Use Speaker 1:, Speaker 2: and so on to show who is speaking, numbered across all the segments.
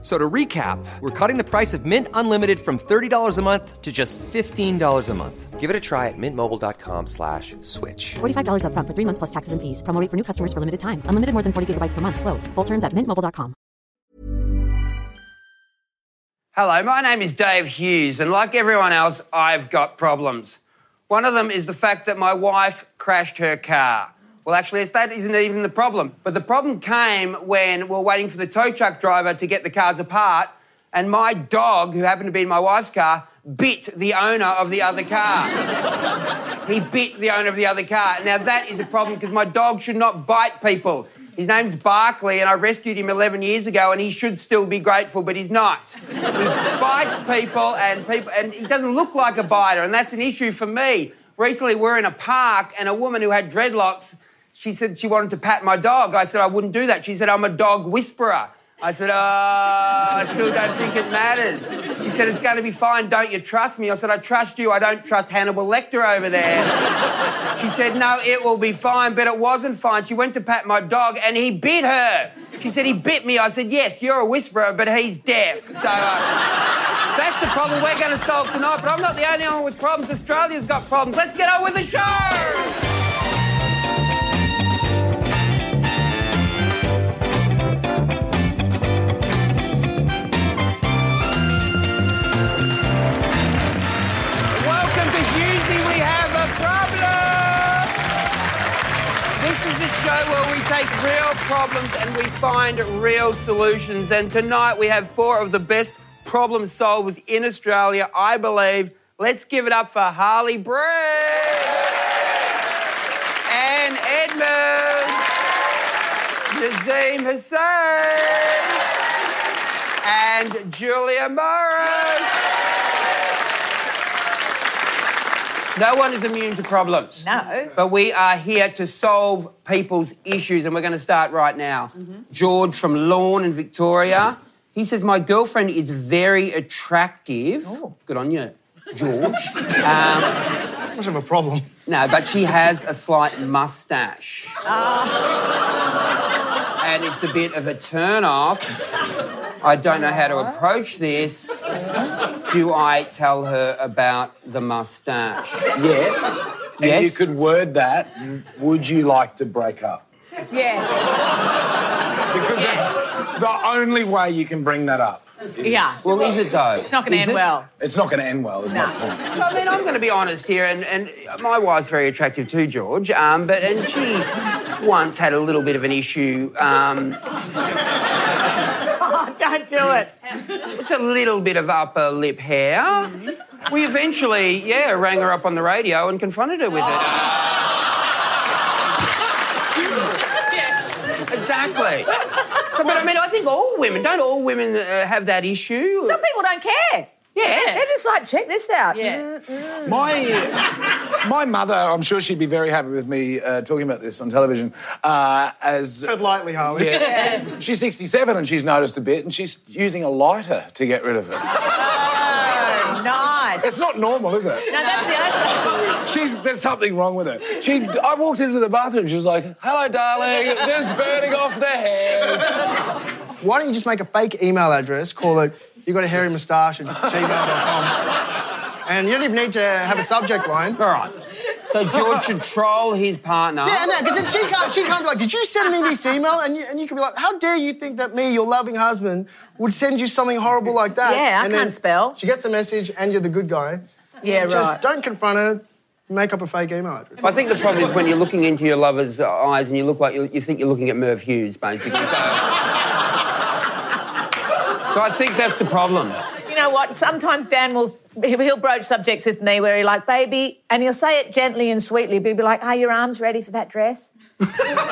Speaker 1: So to recap, we're cutting the price of Mint Unlimited from $30 a month to just $15 a month. Give it a try at mintmobile.com slash switch.
Speaker 2: $45 upfront for three months plus taxes and fees. Promo rate for new customers for limited time. Unlimited more than 40 gigabytes per month. Slows. Full terms at mintmobile.com.
Speaker 3: Hello, my name is Dave Hughes, and like everyone else, I've got problems. One of them is the fact that my wife crashed her car. Well, actually, it's, that isn't even the problem. But the problem came when we we're waiting for the tow truck driver to get the cars apart, and my dog, who happened to be in my wife's car, bit the owner of the other car. he bit the owner of the other car. Now, that is a problem because my dog should not bite people. His name's Barkley, and I rescued him 11 years ago, and he should still be grateful, but he's not bites people and people and he doesn't look like a biter and that's an issue for me recently we we're in a park and a woman who had dreadlocks she said she wanted to pat my dog i said i wouldn't do that she said i'm a dog whisperer i said oh i still don't think it matters she said it's going to be fine don't you trust me i said i trust you i don't trust hannibal lecter over there she said no it will be fine but it wasn't fine she went to pat my dog and he bit her she said he bit me i said yes you're a whisperer but he's deaf so uh, that's the problem we're going to solve tonight, but I'm not the only one with problems. Australia's got problems. Let's get on with the show! Welcome to Husey, we have a problem! This is a show where we take real problems and we find real solutions. And tonight we have four of the best problem solvers in Australia, I believe. Let's give it up for Harley Brett and Edmonds, Nazim Hussain, and Julia Morris. No one is immune to problems.
Speaker 4: No.
Speaker 3: But we are here to solve people's issues, and we're going to start right now. George from Lawn in Victoria. He says, My girlfriend is very attractive. Good on you, George. Um,
Speaker 5: Much of a problem.
Speaker 3: No, but she has a slight mustache. And it's a bit of a turn off. I don't know how to approach this. Do I tell her about the mustache?
Speaker 6: Yes.
Speaker 3: Yes.
Speaker 6: And you could word that. Would you like to break up?
Speaker 4: Yes.
Speaker 6: Because that's the only way you can bring that up.
Speaker 4: Yeah.
Speaker 3: Well, is it though?
Speaker 4: It's not going to end well.
Speaker 6: It's not going to end well, is my point.
Speaker 3: I mean, I'm going to be honest here, and, and my wife's very attractive too, George. Um, but and she once had a little bit of an issue. Um,
Speaker 4: Oh, don't do it.
Speaker 3: it's a little bit of upper lip hair.
Speaker 4: Mm-hmm.
Speaker 3: We eventually, yeah, rang her up on the radio and confronted her with it. exactly. So, but I mean, I think all women don't all women uh, have that issue.
Speaker 4: Some people don't care.
Speaker 3: Yes.
Speaker 4: They're just like, check this out. Mm.
Speaker 7: Yeah.
Speaker 6: My, my mother, I'm sure she'd be very happy with me uh, talking about this on television. Uh, as
Speaker 5: Tread lightly, Harley.
Speaker 6: she's 67 and she's noticed a bit, and she's using a lighter to get rid of it.
Speaker 4: Oh, Nice. No,
Speaker 6: It's not normal, is it?
Speaker 4: that's the other side.
Speaker 6: She's there's something wrong with her. She I walked into the bathroom, she was like, hello, darling, just burning off the hairs.
Speaker 5: Why don't you just make a fake email address, call it you got a hairy moustache at gmail.com. And you don't even need to have a subject line.
Speaker 3: All right. So George should troll his partner.
Speaker 5: Yeah, no, because then she can't, she can't be like, did you send me this email? And you, and you can be like, how dare you think that me, your loving husband, would send you something horrible like that?
Speaker 4: Yeah, I
Speaker 5: and then
Speaker 4: can't spell.
Speaker 5: She gets a message and you're the good guy.
Speaker 4: Yeah, right.
Speaker 5: Just don't confront her, make up a fake email address.
Speaker 3: I think the problem is when you're looking into your lover's eyes and you look like you, you think you're looking at Merv Hughes, basically. So, So I think that's the problem.
Speaker 4: You know what? Sometimes Dan will he'll broach subjects with me where he like, baby, and he'll say it gently and sweetly, but he'll be like, are your arms ready for that dress? Which sounds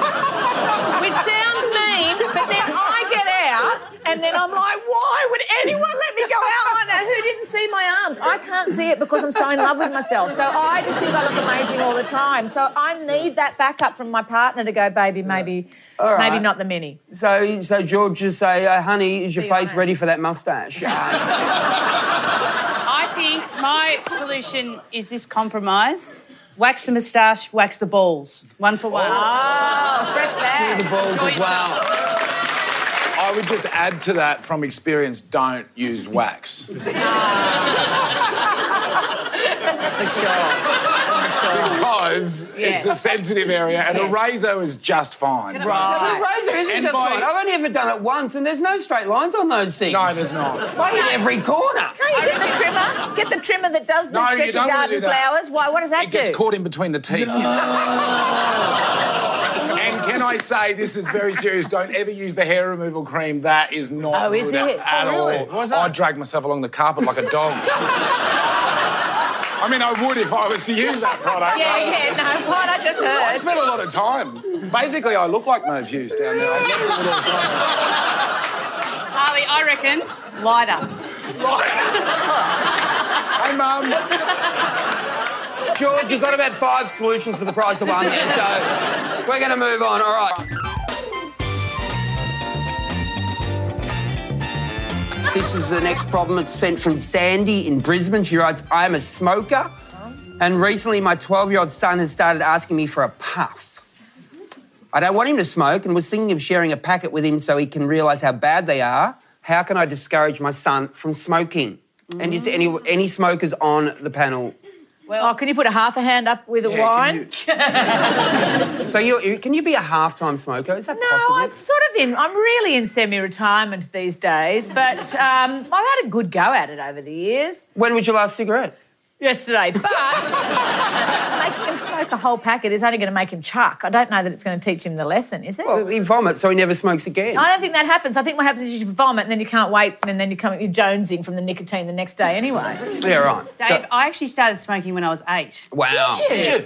Speaker 4: mean, but then I get out And then I'm like, why would anyone let me go out like that? Who didn't see my arms? I can't see it because I'm so in love with myself. So I just think I look amazing all the time. So I need that backup from my partner to go, baby, maybe, maybe not the mini.
Speaker 3: So, so George just say, uh, honey, is your
Speaker 4: Be
Speaker 3: face
Speaker 4: honest.
Speaker 3: ready for that mustache? Uh,
Speaker 7: I think my solution is this compromise. Wax the moustache, wax the balls. One for one.
Speaker 4: Oh, fresh
Speaker 3: the
Speaker 4: bag.
Speaker 3: balls as well.
Speaker 6: I would just add to that from experience don't use wax.
Speaker 4: For sure.
Speaker 6: Because it's
Speaker 4: Yeah.
Speaker 6: a sensitive area and a razor is just fine.
Speaker 3: The razor isn't
Speaker 6: And
Speaker 3: just
Speaker 6: by-
Speaker 3: fine. I've only ever done it once, and there's no straight lines on those things.
Speaker 6: No, there's not.
Speaker 3: I hit every corner.
Speaker 4: Can't you get the trimmer? Get the trimmer that does the
Speaker 6: No, you
Speaker 4: special
Speaker 6: don't wanna
Speaker 4: garden
Speaker 6: do that.
Speaker 4: flowers. Why? What does that
Speaker 6: It
Speaker 4: do?
Speaker 6: gets caught in between the teeth. and can I say, this is very serious. Don't ever use the hair removal cream. That is not
Speaker 4: Oh, is
Speaker 6: good
Speaker 4: it?
Speaker 6: at
Speaker 5: Oh, really?
Speaker 6: all.
Speaker 5: Why's that?
Speaker 6: I drag myself along the carpet like a dog. I mean, I would if I was to use that product.
Speaker 4: Yeah, yeah, no, what I just
Speaker 6: I
Speaker 4: heard.
Speaker 6: spent a lot of time. Basically, I look like Merv Hughes down there. I look a little
Speaker 7: Harley, I reckon lighter.
Speaker 6: Hey, Mum.
Speaker 3: George, you've got about five solutions for the price of one here, so we're going to move on. All right. This is the next problem. It's sent from Sandy in Brisbane. She writes, I'm a smoker, and recently my 12 year old son has started asking me for a puff. I don't want him to smoke and was thinking of sharing a packet with him so he can realise how bad they are. How can I discourage my son from smoking? And is there any, any smokers on the panel
Speaker 4: Oh, can you put a half a hand up with a
Speaker 6: Yeah,
Speaker 4: wine?
Speaker 6: can you-
Speaker 3: So you, you can you be a half-time smoker? Is that
Speaker 4: No,
Speaker 3: possible?
Speaker 4: I'm sort of in. I'm really in semi-retirement these days, but um, I've had a good go at it over the years.
Speaker 3: When was your last cigarette?
Speaker 4: Yesterday, but making him smoke a whole packet is only going to make him chuck. I don't know that it's going to teach him the lesson, is it?
Speaker 3: Well, he vomits, so he never smokes again.
Speaker 4: I don't think that happens. I think what happens is you vomit and then you can't wait and then you come you're jonesing from the nicotine the next day anyway.
Speaker 3: Yeah, right.
Speaker 7: Dave,
Speaker 3: So-
Speaker 7: I actually started smoking when I was eight.
Speaker 3: wow.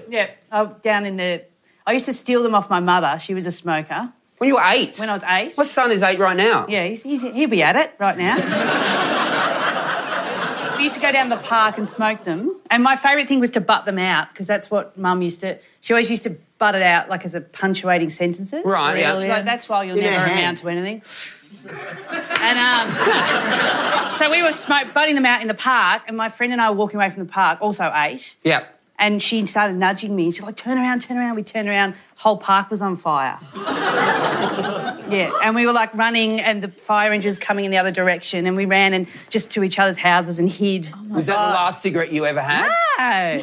Speaker 7: Yeah, I, down in the. I used to steal them off my mother. She was a smoker.
Speaker 3: When you were eight.
Speaker 7: When I was eight.
Speaker 3: My son is eight right now.
Speaker 7: Yeah, he's, he's, he'll be at it right now. we used to go down the park and smoke them. And my favourite thing was to butt them out because that's what mum used to. She always used to butt it out like as a punctuating sentences.
Speaker 3: Right, yeah.
Speaker 7: She's Like, that's why you'll
Speaker 3: In her
Speaker 7: never
Speaker 3: hand.
Speaker 7: amount to anything. and um, so we were smoke butting them out in the park, and my friend and I were walking away from the park, also eight.
Speaker 3: Yeah.
Speaker 7: And she started nudging me. She's like, turn around, turn around. We turned around, whole park was on fire. yeah, and we were like running, and the fire engine was coming in the other direction, and we ran and just to each other's houses and hid.
Speaker 3: Was that the last cigarette you ever had?
Speaker 7: Oh.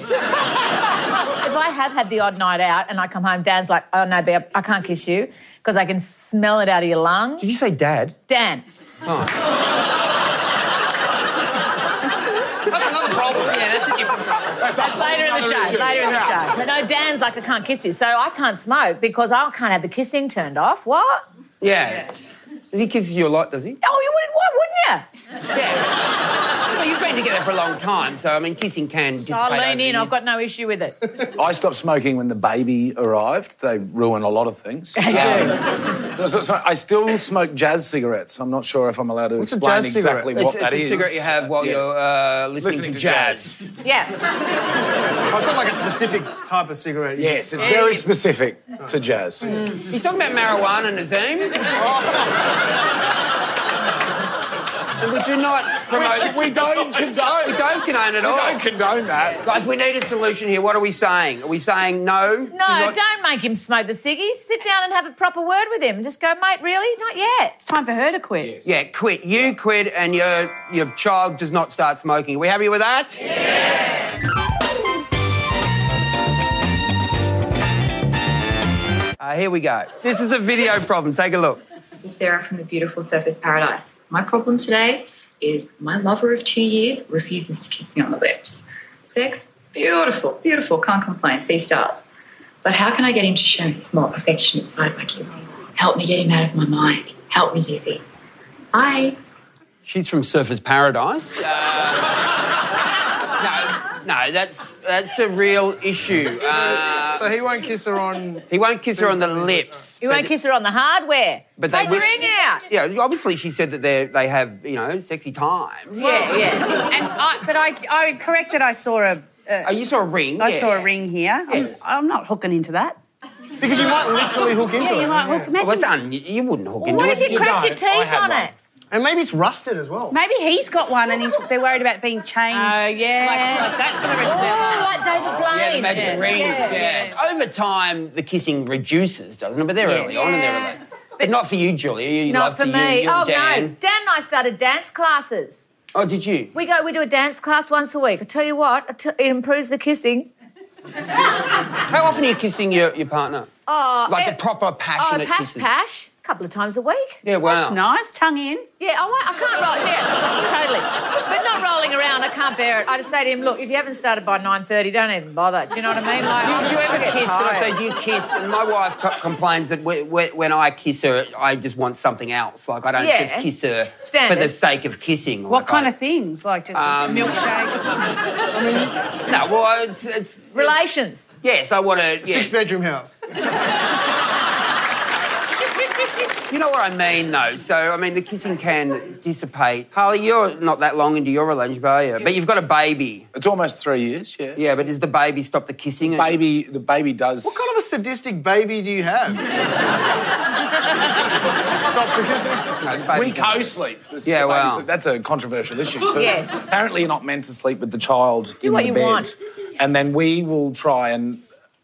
Speaker 4: If I have had the odd night out and I come home, Dan's like, "Oh no, babe, I can't kiss you because I can smell it out of your lungs."
Speaker 3: Did you say dad?
Speaker 4: Dan,
Speaker 6: That's another problem.
Speaker 7: Yeah, that's a different problem.
Speaker 6: That's, a
Speaker 4: Later in the
Speaker 6: whole other
Speaker 4: show.
Speaker 6: issue.
Speaker 4: Later in the
Speaker 6: Yeah.
Speaker 4: show. But no, Dan's like, I can't kiss you, so I can't smoke because I can't have the kissing turned off. What?
Speaker 3: Yeah. He kisses you a lot, does he?
Speaker 4: Oh, you wouldn't. Why wouldn't you?
Speaker 3: Yeah. well, you've been together for a long time, so I mean, kissing can dissipate.
Speaker 4: I'll lean
Speaker 3: over
Speaker 4: in.
Speaker 3: the
Speaker 4: I've got no issue with it.
Speaker 6: I stopped smoking when the baby arrived. They ruin a lot of things. Um, so- so I still smoke jazz cigarettes. I'm not sure if I'm allowed to
Speaker 5: What's a
Speaker 6: explain
Speaker 5: jazz cigarette?
Speaker 6: exactly
Speaker 3: years.
Speaker 6: what
Speaker 3: it's,
Speaker 6: that
Speaker 3: it's
Speaker 6: is.
Speaker 3: a cigarette you have while
Speaker 6: Yeah.
Speaker 3: you're uh, listening,
Speaker 6: listening
Speaker 3: to
Speaker 6: to jazz.
Speaker 4: Yeah.
Speaker 5: I thought like a specific type of cigarette.
Speaker 6: Yes, it's very specific to jazz.
Speaker 3: He's talking about marijuana, Nazim. we do not promote.
Speaker 6: Which we don't condone.
Speaker 3: We don't condone at
Speaker 6: We
Speaker 3: all.
Speaker 6: don't condone that.
Speaker 3: Guys, we need a solution here. What are we saying? Are we saying no? Do
Speaker 4: No,
Speaker 3: not-
Speaker 4: don't make him smoke the ciggies. Sit down and have a proper word with him. Just go, mate. Really? Not yet.
Speaker 7: Time for her to quit.
Speaker 3: Yeah, quit. You quit, and your your child does not start smoking. Are we happy with that? Uh, here we go. This is a video problem. Take a look.
Speaker 8: This is Sarah from the beautiful Surface Paradise. My problem today is my lover of two years refuses to kiss me on the lips. Sex, beautiful, beautiful, can't complain, see stars. But how can I get him to show his more affectionate side by kissing? Help me get him out of my mind. Help me, Izzy. Bye.
Speaker 3: She's from Surfers Paradise. Uh, no, no, that's that's a real issue. Uh,
Speaker 5: So he won't kiss her on.
Speaker 3: He won't kiss her on the lips.
Speaker 4: You won't
Speaker 3: but-
Speaker 4: kiss her on the hardware.
Speaker 3: But they
Speaker 4: Take the
Speaker 3: would-
Speaker 4: ring out.
Speaker 3: Yeah, obviously she said that they they have you know sexy times.
Speaker 4: Yeah, yeah.
Speaker 7: And I, but I, I correct that I saw a, a
Speaker 3: Oh, you saw a ring.
Speaker 7: I
Speaker 3: yeah.
Speaker 7: saw a ring here.
Speaker 3: Yes.
Speaker 7: I'm, I'm not hooking into that.
Speaker 5: Because you might literally hook into
Speaker 7: Yeah,
Speaker 5: it.
Speaker 7: you might hook. Imagine.
Speaker 3: Well, it's un- you wouldn't hook into
Speaker 4: What
Speaker 3: it.
Speaker 4: if you cracked your
Speaker 9: don't. I
Speaker 4: teeth
Speaker 9: had
Speaker 4: on
Speaker 9: one.
Speaker 4: it?
Speaker 5: And maybe it's rusted as well.
Speaker 7: Maybe he's got one and he's, they're worried about being chained.
Speaker 4: Oh, yeah.
Speaker 7: Like, like that for the
Speaker 4: Oh, like David
Speaker 3: Yeah,
Speaker 7: rest of their lives.
Speaker 4: Blaine.
Speaker 3: the magic rings. Yeah. Over time, the kissing reduces, doesn't it? But they're
Speaker 7: Yeah.
Speaker 3: early on in their
Speaker 4: Yeah.
Speaker 3: relationship. But not for you, Julia. You
Speaker 4: Not
Speaker 3: love
Speaker 4: for
Speaker 3: you,
Speaker 4: me.
Speaker 3: you and
Speaker 4: oh
Speaker 3: Dan.
Speaker 4: no, Dan and I started dance classes.
Speaker 3: Oh, did you?
Speaker 4: We go, we do a dance class once a week. I tell you what, I tell- it improves the kissing.
Speaker 3: How often are you kissing your, your partner?
Speaker 4: Oh,
Speaker 3: Like
Speaker 4: eh,
Speaker 3: a proper passionate
Speaker 4: oh, pash,
Speaker 3: kisses.
Speaker 4: pash, a couple of times a week.
Speaker 3: Yeah, wow.
Speaker 7: That's nice, tongue in.
Speaker 4: Yeah, I, won't, I can't roll. Yeah, totally. But not rolling around, I can't bear it. I just say to him, look, if you haven't started by nine thirty, don't even bother. Do you know what I mean? Like,
Speaker 3: Do you ever
Speaker 4: get
Speaker 3: kiss? But I
Speaker 4: tired.
Speaker 3: say, do you kiss? And my wife co- complains that whe- whe- when I kiss her, I just want something else. Like I don't
Speaker 4: Yeah.
Speaker 3: just kiss her
Speaker 4: Standard.
Speaker 3: for the sake of kissing.
Speaker 7: What
Speaker 3: Like,
Speaker 7: kind
Speaker 3: I-
Speaker 7: of things? Like just a milkshake.
Speaker 3: No, well, it's, it's
Speaker 4: Relations.
Speaker 3: Yes, I want to.
Speaker 5: Six
Speaker 3: Yes.
Speaker 5: bedroom house.
Speaker 3: You know what I mean, though. So I mean, the kissing can dissipate. Harley, you're not that long into your relationship, are you? But you've got a baby.
Speaker 6: It's almost three years, yeah.
Speaker 3: Yeah, but does the baby stop the kissing? and-
Speaker 6: Baby, the baby does.
Speaker 5: What kind of a sadistic baby do you have? Stops her kissing.
Speaker 3: No, the baby's-
Speaker 6: we co-sleep. This-
Speaker 3: Yeah,
Speaker 6: the baby
Speaker 3: wow.
Speaker 6: sleep- That's a controversial issue. too.
Speaker 4: Yes.
Speaker 6: Apparently, you're not meant to sleep with the child. Do in
Speaker 4: what
Speaker 6: the
Speaker 4: you
Speaker 6: bed.
Speaker 4: want.
Speaker 6: And then we will try and.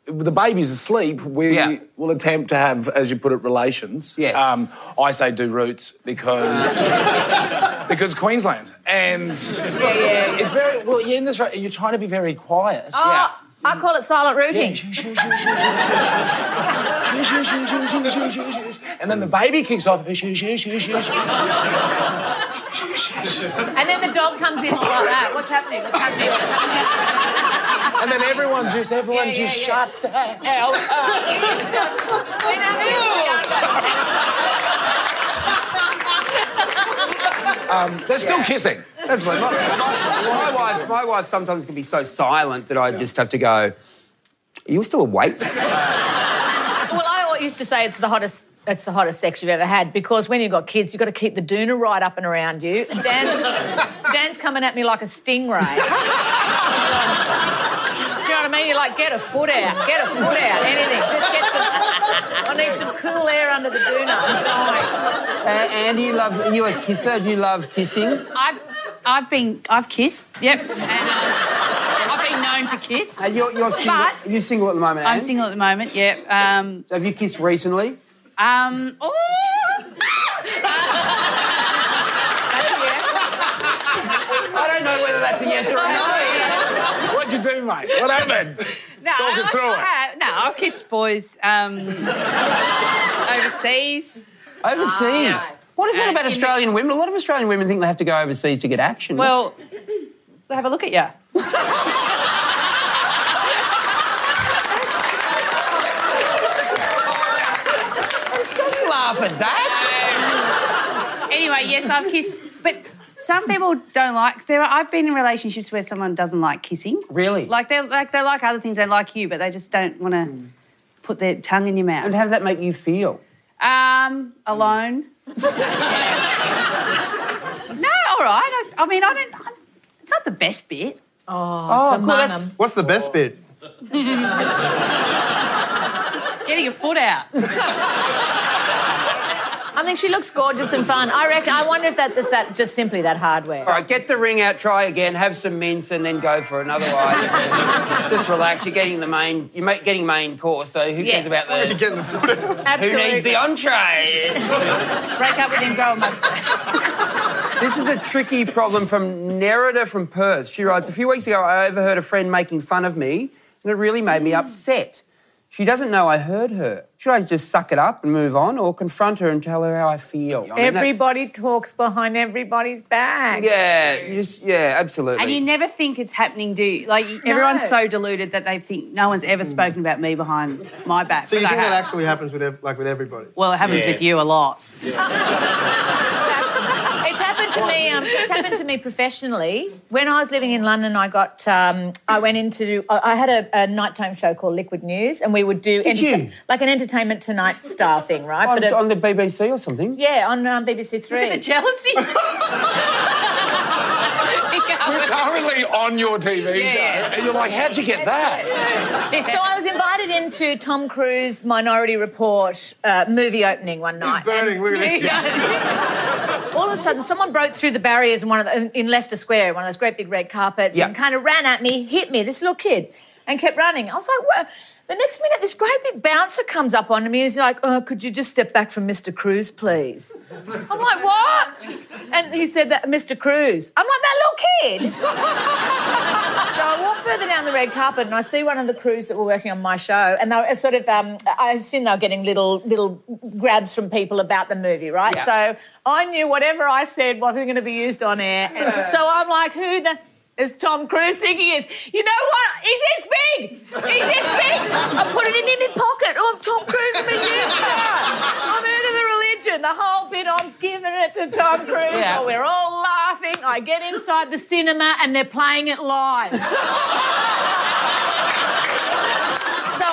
Speaker 6: The baby's asleep. We
Speaker 3: Yeah.
Speaker 6: will attempt to have, as you put it, relations. Um,
Speaker 3: Yes.
Speaker 6: I say do roots because because Queensland and it's very well. You're in this. right- You're trying to be very quiet.
Speaker 3: Yeah.
Speaker 4: Oh, I call it silent rooting.
Speaker 6: and then the baby kicks off. and
Speaker 4: And then the dog comes in like that. What's happening? What's happening? What's happening?
Speaker 6: then everyone's just, everyone
Speaker 4: Yeah, yeah,
Speaker 6: just
Speaker 4: yeah.
Speaker 6: shut the hell up.
Speaker 4: Then after it's all over.
Speaker 6: They're still kissing.
Speaker 3: Absolutely. My, my- my wife, my wife sometimes can be so silent that I just have to go. Are you still awake?
Speaker 4: Well, I always used to say it's the hottest. It's the hottest sex you've ever had because when you've got kids, you've got to keep the doona right up and around you. And Dan, Dan's coming at me like a stingray. Do you know what I mean? You're like, get a foot out, get a foot out, anything. Just get some. I need some cool air under the doona. I'm dying.
Speaker 3: A- Uh, and you love are you a kisser? Do you love kissing? Uh,
Speaker 7: I've, I've been, I've kissed. Yep. And um, I've been known to kiss.
Speaker 3: And you're, you're single.
Speaker 7: But-
Speaker 3: you single at the moment,
Speaker 7: I'm
Speaker 3: Anne?
Speaker 7: single at the moment. Yep. Um,
Speaker 3: Have you kissed recently?
Speaker 7: um. Oh.
Speaker 3: I don't know whether that's a yes or a no.
Speaker 6: What'd you do, mate? What happened?
Speaker 7: No,
Speaker 6: Talk us
Speaker 7: I-
Speaker 6: through
Speaker 7: I
Speaker 6: it.
Speaker 7: have- No, I've kissed boys um, overseas.
Speaker 3: Overseas. What is that about
Speaker 7: Uh, in the-
Speaker 3: Australian women? A lot of Australian women think they have to go overseas to get action.
Speaker 7: Well, they have a look at you.
Speaker 3: don't laugh at that.
Speaker 7: Anyway, yes, I've kissed, but some people don't like. There, are, I've been in relationships where someone doesn't like kissing.
Speaker 3: Really?
Speaker 7: Like they like they like other things. They like you, but they just don't want to put their tongue in your
Speaker 3: Hmm. And
Speaker 7: mouth.
Speaker 3: how did that make you feel?
Speaker 7: Um, alone. no, all right. I, I mean, I don't. I, it's not the best bit.
Speaker 3: Oh, cool.
Speaker 4: mum.
Speaker 3: That's,
Speaker 5: What's the best bit?
Speaker 7: Getting your foot out.
Speaker 4: I think she looks gorgeous and fun. I reckon. I wonder if that's just, that, just simply that hardware.
Speaker 3: all right, get the ring out, try again, have some mints, and then go for another. Otherwise, just relax. You're getting the main. You're ma- getting main course. So who cares about
Speaker 5: As you
Speaker 3: the?
Speaker 5: get in the foot.
Speaker 3: Who
Speaker 4: Absolutely.
Speaker 3: needs the entree?
Speaker 7: Break up with him, grow a mustache.
Speaker 3: This is a tricky problem from Nerida from Perth. She writes, A few weeks ago, I overheard a friend making fun of me, and it really made me upset. She doesn't know I heard her. Should I just suck it up and move on, or confront her and tell her how I feel? I mean, that's-
Speaker 4: Everybody talks behind everybody's back.
Speaker 3: Yeah, you s- yeah, absolutely.
Speaker 7: And you never think it's happening, do you? Like everyone's so deluded that they think no one's ever spoken about me behind my back.
Speaker 5: So you
Speaker 7: But
Speaker 5: think
Speaker 7: they
Speaker 5: that
Speaker 7: have.
Speaker 5: actually happens with ev- like with everybody?
Speaker 7: Well, it happens
Speaker 9: Yeah.
Speaker 7: with you a lot.
Speaker 4: It's happened happened to me. Um, it's happened to me professionally. When I was living in London, I got. Um, I went into. I I had a, a nighttime show called Liquid News, and we would do
Speaker 3: you?
Speaker 4: like an Entertainment Tonight style thing, right?
Speaker 3: On,
Speaker 4: But a-
Speaker 3: on the BBC or something?
Speaker 4: yeah, on um, BBC Three.
Speaker 7: Look at the jealousy.
Speaker 6: Currently on your TV show.
Speaker 7: yeah.
Speaker 6: And you're like, how'd you get that?
Speaker 4: So I was invited into Tom Cruise Minority Report uh, movie opening one night.
Speaker 5: Burning, look at this.
Speaker 4: All of a sudden, someone broke through the barriers in one of the, in- in Leicester Square, one of those great big red carpets,
Speaker 3: Yeah.
Speaker 4: and kind of ran at me, hit me, this little kid, and kept running. I was like, what? The next minute, this great big bouncer comes up on me and he's like, oh, could you just step back from Mr. Cruz, please? I'm like, what? And he said that, Mr. Cruz. I'm like, that little kid. so I walk further down the red carpet and I see one of the crews that were working on my show, and they were sort of, um, I assume they were getting little little grabs from people about the movie, right?
Speaker 3: Yeah.
Speaker 4: So I knew whatever I said wasn't going to be used on air, and so I'm like, who the. Is Tom Cruise thinking he is? You know what? He's this big. He's this big. I put it in my pocket. Oh, I'm Tom Cruise. I'm a news star. I'm into the religion. The whole bit. I'm giving it to Tom Cruise.
Speaker 3: Yeah.
Speaker 4: Oh, we're all laughing. I get inside the cinema and they're playing it live. So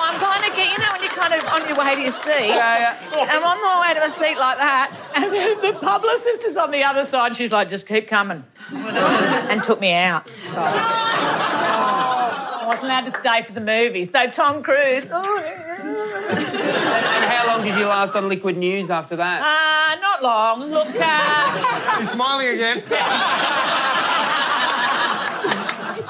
Speaker 4: I'm kind of, get- you know, when you're kind of on your way to your seat.
Speaker 3: Yeah, yeah.
Speaker 4: I'm on my way to my seat like that, and then the publicist is on the other side. She's like, "Just keep coming," and took me out. So. I wasn't allowed to stay for the movie. So Tom Cruise. oh,
Speaker 3: And how long did you last on Liquid News after that?
Speaker 4: Uh, not long. Look, uh,
Speaker 5: He's smiling again.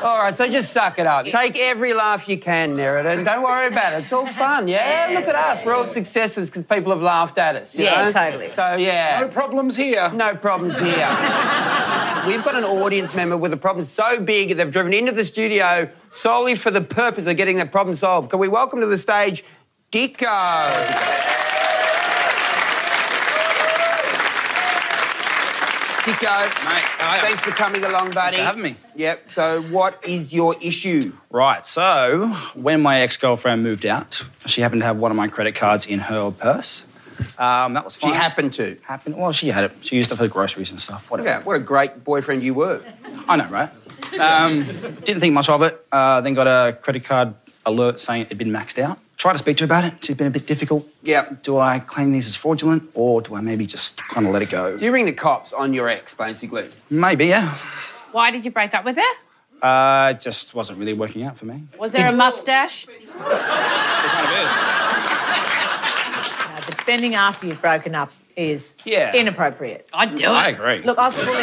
Speaker 3: All right, so just suck it up. Take every laugh you can, Merritt, and don't worry about it. It's all fun. Yeah, look at us. We're all successes because people have laughed at us. you
Speaker 4: Yeah,
Speaker 3: know?
Speaker 4: totally.
Speaker 3: So yeah,
Speaker 6: No problems here.
Speaker 3: no problems here. We've got an audience member with a problem so big they've driven into the studio solely for the purpose of getting that problem solved. Can we welcome to the stage, Dicko? Dicko,
Speaker 9: Mate, how are ya?
Speaker 3: thanks for coming along, buddy.
Speaker 9: Thanks for having me.
Speaker 3: Yep. So, what is your issue?
Speaker 9: Right, so when my ex girlfriend moved out, she happened to have one of my credit cards in her purse. Um, that was
Speaker 3: She
Speaker 9: fine.
Speaker 3: happened to.
Speaker 9: Happened. Well, she had it. She used it for groceries and stuff. Whatever.
Speaker 3: Yeah, what a great boyfriend you were.
Speaker 9: I know, right? Um, didn't think much of it. Uh, then got a credit card alert saying it had been maxed out. Tried to speak to her about it. She's been a bit difficult.
Speaker 3: Yeah.
Speaker 9: Do I claim these as fraudulent or do I maybe just kind of let it go?
Speaker 3: Do you ring the cops on your ex, basically?
Speaker 9: Maybe, yeah.
Speaker 7: Why did you break up with her?
Speaker 9: Uh, it just wasn't really working out for me.
Speaker 7: Was there a mustache?
Speaker 9: It kind of is.
Speaker 4: no, but spending after you've broken up is
Speaker 9: Yeah.
Speaker 4: inappropriate.
Speaker 7: I'd do it.
Speaker 9: I agree.
Speaker 4: Look, I was bullied.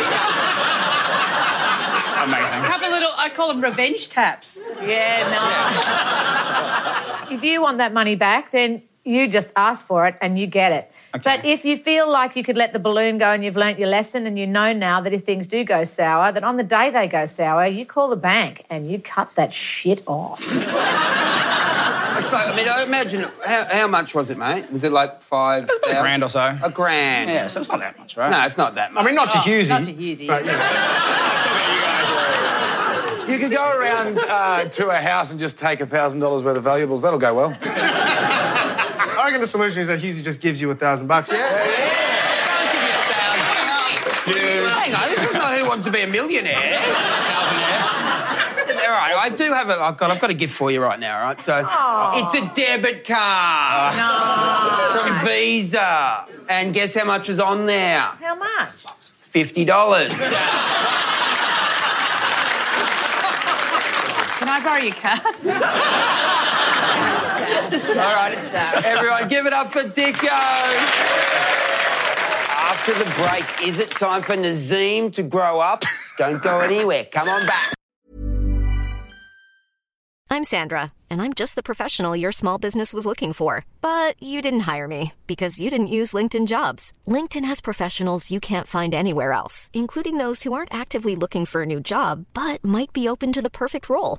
Speaker 9: amazing.
Speaker 7: A couple little, I call them revenge taps.
Speaker 4: Yeah, no. if you want that money back, then you just ask for it and you get it.
Speaker 9: Okay.
Speaker 4: But if you feel like you could let the balloon go and you've learnt your lesson and you know now that if things do go sour, that on the day they go sour, you call the bank and you cut that shit off.
Speaker 3: It's like, I mean, I imagine, how, how much was it, mate? Was it like five?
Speaker 9: about a
Speaker 3: thou-
Speaker 9: grand or so.
Speaker 3: A grand.
Speaker 9: Yeah, so it's not that much, right?
Speaker 3: No, it's not that much.
Speaker 5: I mean,
Speaker 6: Oh.
Speaker 5: not to Husey.
Speaker 7: Oh, Not to use it.
Speaker 6: You could go around uh, to a house and just take $1,000 worth of valuables. That'll go well.
Speaker 5: I reckon the solution is that Husey just gives you a thousand bucks. Yeah.
Speaker 3: Don't give me a thousand. Hang on, this is not who wants to be a millionaire. All right, I do have a. I've got. I've got a gift for you right now. All right, so it's a debit card from Visa, and guess how much is on there?
Speaker 4: How much?
Speaker 3: Fifty dollars.
Speaker 7: Can I borrow your card?
Speaker 3: All right, everyone, give it up for Dicko. After the break, is it time for Nazim to grow up? Don't go anywhere. Come on back.
Speaker 2: I'm Sandra, and I'm just the professional your small business was looking for. But you didn't hire me because you didn't use LinkedIn jobs. LinkedIn has professionals you can't find anywhere else, including those who aren't actively looking for a new job but might be open to the perfect role,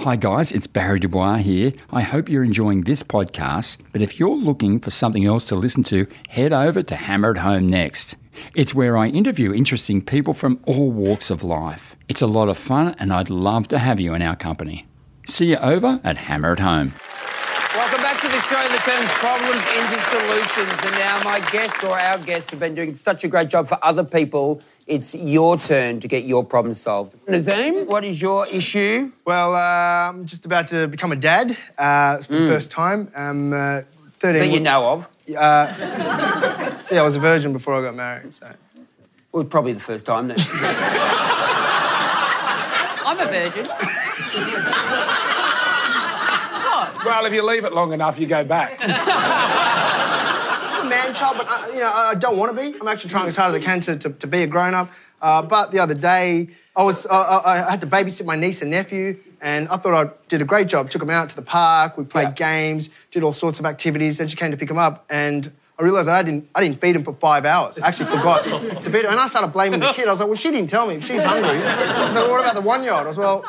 Speaker 10: Hi, guys, it's Barry Dubois here. I hope you're enjoying this podcast, but if you're looking for something else to listen to, head over to Hammer It Home Next. It's where I interview interesting people from all walks of life. It's a lot of fun, and I'd love to have you in our company. See you over at Hammer It Home.
Speaker 3: Welcome back to the show that turns problems into solutions. And now my guests or our guests have been doing such a great job for other people. It's your turn to get your problem solved. Nazim, what is your issue?
Speaker 5: Well, uh, I'm just about to become a dad uh, for the first time. I'm uh, 13.
Speaker 3: That Mm. you know of?
Speaker 5: Uh, yeah, I was a virgin before I got married, so.
Speaker 3: Well, probably the first time then.
Speaker 7: I'm a virgin. what?
Speaker 6: Well, if you leave it long enough, you go back.
Speaker 5: I'm a man child, but I, you know, I don't want to be. I'm actually trying as hard as I can to, to, to be a grown up. Uh, but the other day, I was uh, I, I had to babysit my niece and nephew, and I thought I did a great job. Took them out to the park, we played games, did all sorts of activities. Then she came to pick them up, and I realised that I didn't I didn't feed them for five hours. I actually forgot to feed them, and I started blaming the kid. I was like, well, she didn't tell me. If she's hungry, I was like, well, what about the one year old? I was well.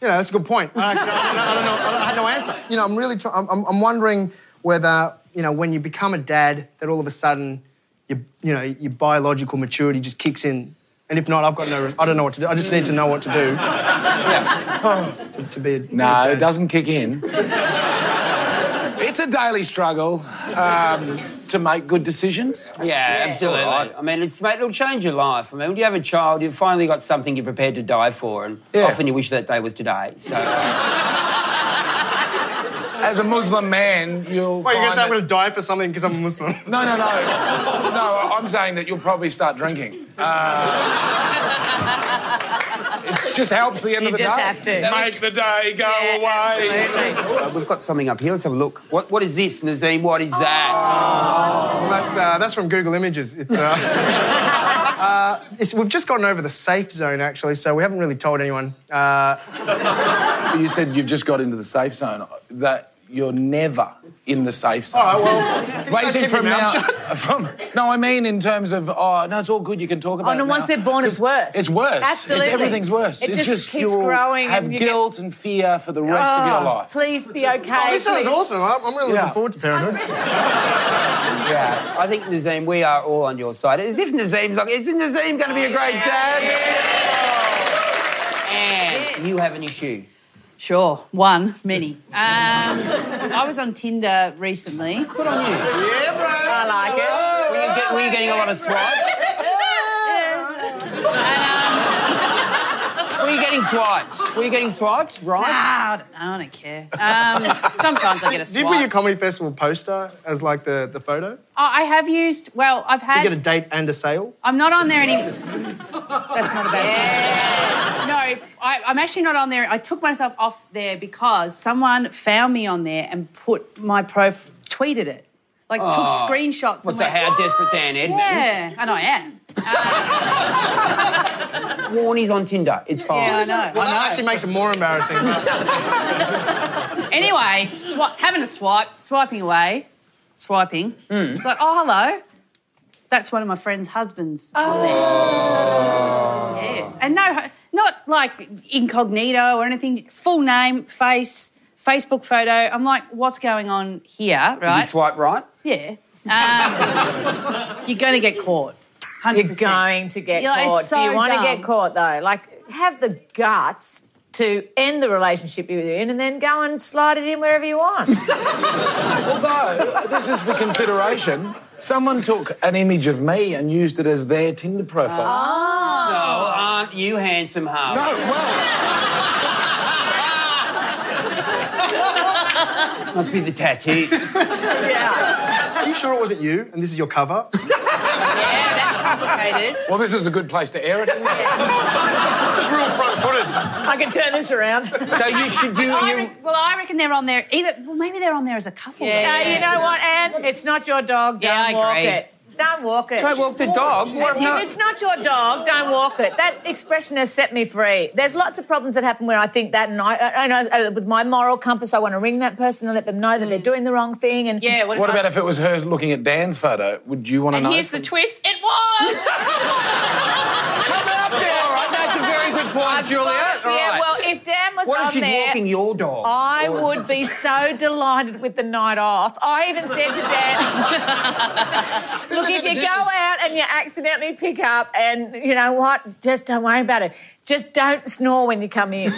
Speaker 5: You know, that's a good point. I, actually, I, don't- I don't know. I, don't, I had no answer. You know, I'm really. Try- I'm, I'm, I'm wondering whether you know when you become a dad, that all of a sudden, you you know, your biological maturity just kicks in. And if not, I've got no. I don't know what to do. I just need to know what to do. To, to be a good
Speaker 6: No, Oh. it
Speaker 5: dad.
Speaker 6: doesn't kick in. it's a daily struggle um, to make good decisions.
Speaker 3: Yeah, absolutely. I mean, it's mate, it'll change your life. I mean, when you have a child, you've finally got something you're prepared to die for, and
Speaker 6: Yeah.
Speaker 3: often you wish that day was today. So, uh,
Speaker 6: As a Muslim man, you'll.
Speaker 5: Wait, you're gonna
Speaker 6: find
Speaker 5: say I'm
Speaker 6: that-
Speaker 5: gonna die for something because I'm a Muslim?
Speaker 6: No, no, no. No, I'm saying that you'll probably start drinking. Uh, it just helps the end
Speaker 7: You
Speaker 6: of the
Speaker 7: just
Speaker 6: day.
Speaker 7: have to.
Speaker 6: Make the day go
Speaker 7: Yeah,
Speaker 6: away.
Speaker 3: Uh, we've got something up here. Let's have a look. What What is this, Nazim? What is that?
Speaker 5: Well, that's uh, that's from Google Images. It's. Uh, uh, it's, we've just gotten over the safe zone, actually, so we haven't really told anyone. Uh,
Speaker 6: You said you've just got into the safe zone. That you're never in the safe zone.
Speaker 5: all right, well, can you guys
Speaker 6: Waiting
Speaker 5: keep your
Speaker 6: from
Speaker 5: mouth
Speaker 6: now.
Speaker 5: shut?
Speaker 6: From, no, I mean in terms of oh no, it's all good. You can talk about.
Speaker 4: and
Speaker 6: it
Speaker 4: Oh, once
Speaker 6: now.
Speaker 4: they're born, it's
Speaker 6: 'Cause
Speaker 4: worse.
Speaker 6: It's worse. It's-
Speaker 4: Absolutely.
Speaker 6: everything's worse.
Speaker 4: It
Speaker 6: it's
Speaker 4: just
Speaker 6: just
Speaker 4: keeps
Speaker 6: you'll
Speaker 4: growing and
Speaker 6: Have
Speaker 4: you get-
Speaker 6: guilt and fear for the rest of your
Speaker 4: Oh,
Speaker 6: life.
Speaker 4: Please be okay.
Speaker 5: Oh, this sounds
Speaker 4: please.
Speaker 5: awesome. I'm, I'm really
Speaker 6: Yeah.
Speaker 5: looking forward to parenthood.
Speaker 6: Yeah.
Speaker 3: I think Nazim, we are all on your side. As if Nazim's like, isn't Nazim going to be a great dad? And you have an issue.
Speaker 7: Sure, one, many. Um, I was on Tinder recently.
Speaker 3: Good on you.
Speaker 5: Yeah, bro. I like it.
Speaker 3: Were you, get, were you getting a lot of swipes? Were you getting swiped? Were you getting swiped? Right?
Speaker 7: Ah, I don't, know, I don't care. Um, sometimes I get a
Speaker 5: Did you put your
Speaker 7: swipe.
Speaker 5: comedy festival poster as like the, the photo? Did
Speaker 7: Oh, I have used. Well, I've
Speaker 5: you
Speaker 7: had.
Speaker 5: get a date and a sale?
Speaker 7: I'm not on there any. That's not a bad thing. No, I, I'm actually not on there. I took myself off there because someone found me on there and put my prof tweeted it, like took
Speaker 5: Oh.
Speaker 7: screenshots.
Speaker 3: What's
Speaker 7: and
Speaker 3: that?
Speaker 7: went,
Speaker 3: How
Speaker 7: "What?"
Speaker 3: desperate Dan Edmonds?
Speaker 7: Yeah, and I am.
Speaker 3: Warnie's on Tinder. It's fine.
Speaker 7: Yeah, I know.
Speaker 5: Well, that actually makes it more embarrassing.
Speaker 7: Anyway, swi- having a swipe, swiping away, swiping. It's like, oh, hello. That's one of my friend's husbands. Oh. Yes. And no, not like incognito or anything, full name, face, Facebook photo. I'm like, what's going on here,
Speaker 3: Did
Speaker 7: right?
Speaker 3: you swipe right?
Speaker 7: yeah. Um, you're going to get caught. 100%.
Speaker 4: You're going to get
Speaker 7: Yeah, it's
Speaker 4: caught. Do
Speaker 7: so
Speaker 4: you want
Speaker 7: dumb.
Speaker 4: to get caught though? Like, have the guts to end the relationship you're in, and then go and slide it in wherever you want.
Speaker 6: Although, this is for consideration. Someone took an image of me and used it as their Tinder profile.
Speaker 3: Oh, aren't you handsome, Harvey?
Speaker 6: No, well,
Speaker 3: Must be the tattoos.
Speaker 5: Are you sure it wasn't you and this is your cover?
Speaker 7: Yeah, that's complicated.
Speaker 6: well, this is a good place to air it, isn't it?
Speaker 5: Just real front footed.
Speaker 4: I can turn this around.
Speaker 3: so you should do
Speaker 7: I
Speaker 3: you.
Speaker 7: re- well, I reckon they're on there either. Well, maybe they're on there as a couple.
Speaker 4: Uh, you know what, Anne? It's not your dog. Don't
Speaker 7: Yeah, I
Speaker 4: walk
Speaker 7: agree.
Speaker 4: it. Don't walk it.
Speaker 3: Don't walk the dog. What
Speaker 4: if
Speaker 3: if not-
Speaker 4: it's not your dog, don't walk it. That expression has set me free. There's lots of problems that happen where I think that, and I, I know uh, with my moral compass, I want to ring that person and let them know that they're doing the wrong thing. And
Speaker 7: Yeah,
Speaker 6: What about if it was her looking at Dan's photo? Would you want to
Speaker 7: And
Speaker 6: know?
Speaker 7: here's the twist. It was.
Speaker 3: Come up there. All right, that's a very good point, Julia. All
Speaker 4: yeah,
Speaker 3: right.
Speaker 4: well, if Dan was
Speaker 3: what
Speaker 4: on
Speaker 3: if she's
Speaker 4: there,
Speaker 3: walking your dog?
Speaker 4: I
Speaker 3: Or-
Speaker 4: would be so delighted with the night off. I even said to Dan, look, if you go out and you accidentally pick up and, you know what, just don't worry about it. Just don't snore when you come in.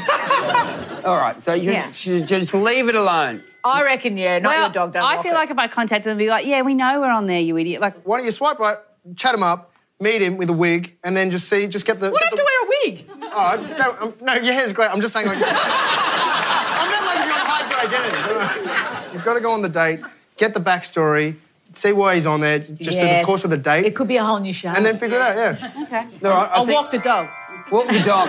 Speaker 3: All right, so you
Speaker 4: Yeah.
Speaker 3: should just leave it alone.
Speaker 4: I reckon, yeah, not
Speaker 7: well,
Speaker 4: your dog, don't
Speaker 7: I
Speaker 4: walk
Speaker 7: feel
Speaker 4: it.
Speaker 7: like if I contacted them, they'd be like, yeah, we know we're on there, you idiot. Like,
Speaker 5: Why don't you swipe right, chat him up, meet him with a wig, and then just see, just get the.
Speaker 7: we'll
Speaker 5: get
Speaker 7: have to wear a wig.
Speaker 5: the, Oh, don't, um, no, your hair's great. I'm just saying, like. I meant like you're to hide your identity. don't I? You've got to go on the date, get the backstory, see why he's on there, just through the
Speaker 4: Yes.
Speaker 5: course of the date,
Speaker 4: It could be a whole new show.
Speaker 5: and then figure it out. Yeah.
Speaker 7: Okay.
Speaker 3: No, I- I
Speaker 7: I'll
Speaker 3: think-
Speaker 7: walk the dog.
Speaker 3: Walk the dog.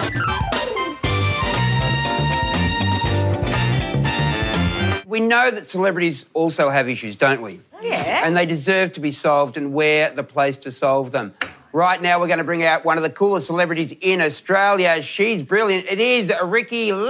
Speaker 3: We know that celebrities also have issues, don't we?
Speaker 4: Oh, Yeah.
Speaker 3: And they deserve to be solved, and we're the place to solve them. Right now, we're going to bring out one of the coolest celebrities in Australia. She's brilliant. It is Ricky Lee.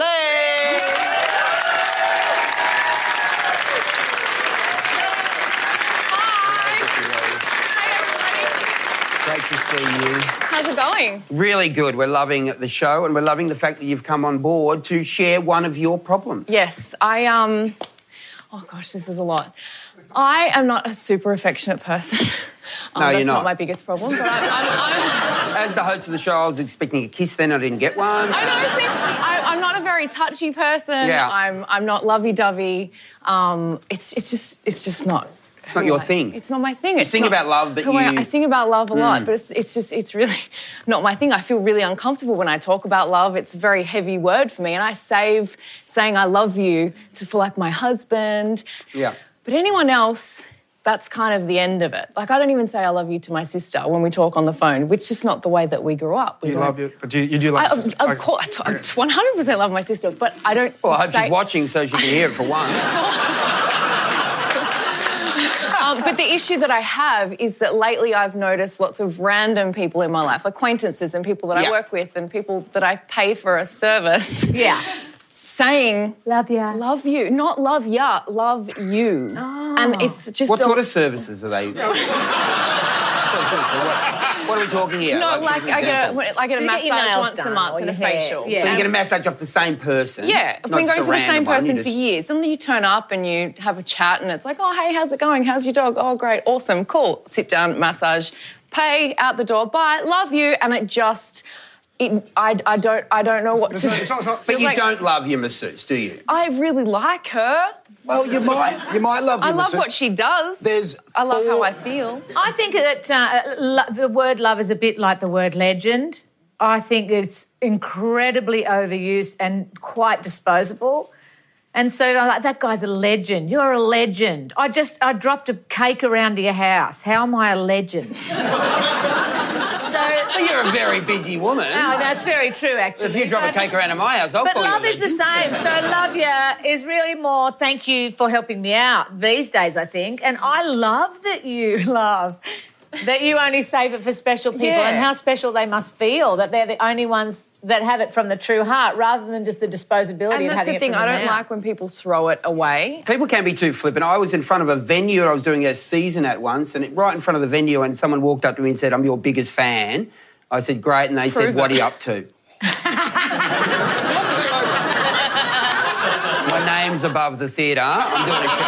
Speaker 3: Great to see you.
Speaker 11: How's it going?
Speaker 3: Really good. We're loving the show and we're loving the fact that you've come on board to share one of your problems.
Speaker 11: Yes, I um oh gosh, this is a lot. I am not a super affectionate person. Um,
Speaker 3: No,
Speaker 11: that's
Speaker 3: you're not.
Speaker 11: my biggest problem. But I'm, I'm, I'm,
Speaker 3: As the host of the show, I was expecting a kiss, then I didn't get one.
Speaker 11: I know, see, I, I'm not a very touchy person.
Speaker 3: Yeah.
Speaker 11: I'm I'm not lovey-dovey. Um, it's it's just it's just not. It's
Speaker 3: not your thing.
Speaker 11: It's not my thing. You it's
Speaker 3: sing
Speaker 11: not
Speaker 3: about love, but
Speaker 11: who I,
Speaker 3: you-
Speaker 11: I sing about love a lot, but it's it's just it's really not my thing. I feel really uncomfortable when I talk about love. It's a very heavy word for me, and I save saying I love you to for like my husband.
Speaker 3: Yeah.
Speaker 11: But anyone else, that's kind of the end of it. Like I don't even say I love you to my sister when we talk on the phone, which is just not the way that we grew up. We
Speaker 5: You
Speaker 11: don't-
Speaker 5: love your, but do you, you do
Speaker 11: I,
Speaker 5: like.
Speaker 11: of,
Speaker 5: sisters.
Speaker 11: of
Speaker 5: Okay.
Speaker 11: course, I t- I 100% love my sister, but I don't.
Speaker 3: Well, I hope
Speaker 11: say-
Speaker 3: she's watching so she can hear it for once.
Speaker 11: Um, but the issue that I have is that lately I've noticed lots of random people in my life, acquaintances and people that
Speaker 3: Yeah.
Speaker 11: I work with and people that I pay for a service,
Speaker 4: yeah.
Speaker 11: saying
Speaker 4: Love ya.
Speaker 11: "love you," not "love ya," "love you," and
Speaker 4: Ah.
Speaker 11: it's just
Speaker 3: What
Speaker 11: a-
Speaker 3: sort of services are they? what, services? What- what are we talking here?
Speaker 11: No,
Speaker 3: give
Speaker 11: like
Speaker 3: us an
Speaker 11: I get a,
Speaker 3: example.
Speaker 11: when- I get a
Speaker 4: Do you get
Speaker 11: massage
Speaker 4: your nails
Speaker 11: once a
Speaker 4: done
Speaker 11: month
Speaker 4: or
Speaker 11: and a
Speaker 4: your hair?
Speaker 11: facial.
Speaker 4: Yeah.
Speaker 3: So you get a massage off the same person.
Speaker 11: Yeah, I've been
Speaker 3: not just
Speaker 11: going
Speaker 3: a
Speaker 11: to the same
Speaker 3: random one, you
Speaker 11: person for
Speaker 3: just-
Speaker 11: years. And then you turn up and you have a chat, and it's like, oh, hey, how's it going? How's your dog? Oh, great, awesome, cool. Sit down, massage, pay, out the door, bye, love you. And it just, it, I, I don't, I don't know what to do.
Speaker 5: It's not- it's not-
Speaker 3: But
Speaker 11: Feels
Speaker 3: you
Speaker 11: like-
Speaker 3: don't love your masseuse, do you?
Speaker 11: I really like her.
Speaker 6: well, you might. You might love.
Speaker 11: I
Speaker 6: your
Speaker 11: love
Speaker 6: masseuse.
Speaker 11: what she does.
Speaker 6: There's
Speaker 11: I love how
Speaker 6: all-
Speaker 11: I feel.
Speaker 4: I think that uh, lo- the word love is a bit like the word legend. I think it's incredibly overused and quite disposable. And so I'm like, that guy's a legend. You're a legend. I just, I dropped a cake around to your house. How am I a legend? so,
Speaker 3: Well, you're a very busy woman.
Speaker 4: no, that's very true, actually.
Speaker 3: if you drop a
Speaker 4: But-
Speaker 3: cake around to my house, I'll
Speaker 4: but
Speaker 3: call
Speaker 4: love
Speaker 3: you. a
Speaker 4: is the
Speaker 3: legend.
Speaker 4: same. So love ya is really more thank you for helping me out these days, I think. And I love that you love that you only save it for special people
Speaker 11: Yeah.
Speaker 4: and how special they must feel that they're the only ones that have it from the true heart rather than just the disposability
Speaker 11: And
Speaker 4: of
Speaker 11: that's
Speaker 4: having
Speaker 11: the
Speaker 4: it
Speaker 11: thing,
Speaker 4: from
Speaker 11: I
Speaker 4: the
Speaker 11: don't
Speaker 4: mouth.
Speaker 11: like when people throw it away.
Speaker 3: People can be too flippant. I was in front of a venue, I was doing a season at once, and it, right in front of the venue, and someone walked up to me and said, I'm your biggest fan. I said, Great. And they said,
Speaker 11: Prove
Speaker 3: What are
Speaker 11: it.
Speaker 3: you up to? My name's above the theatre. I'm doing a show.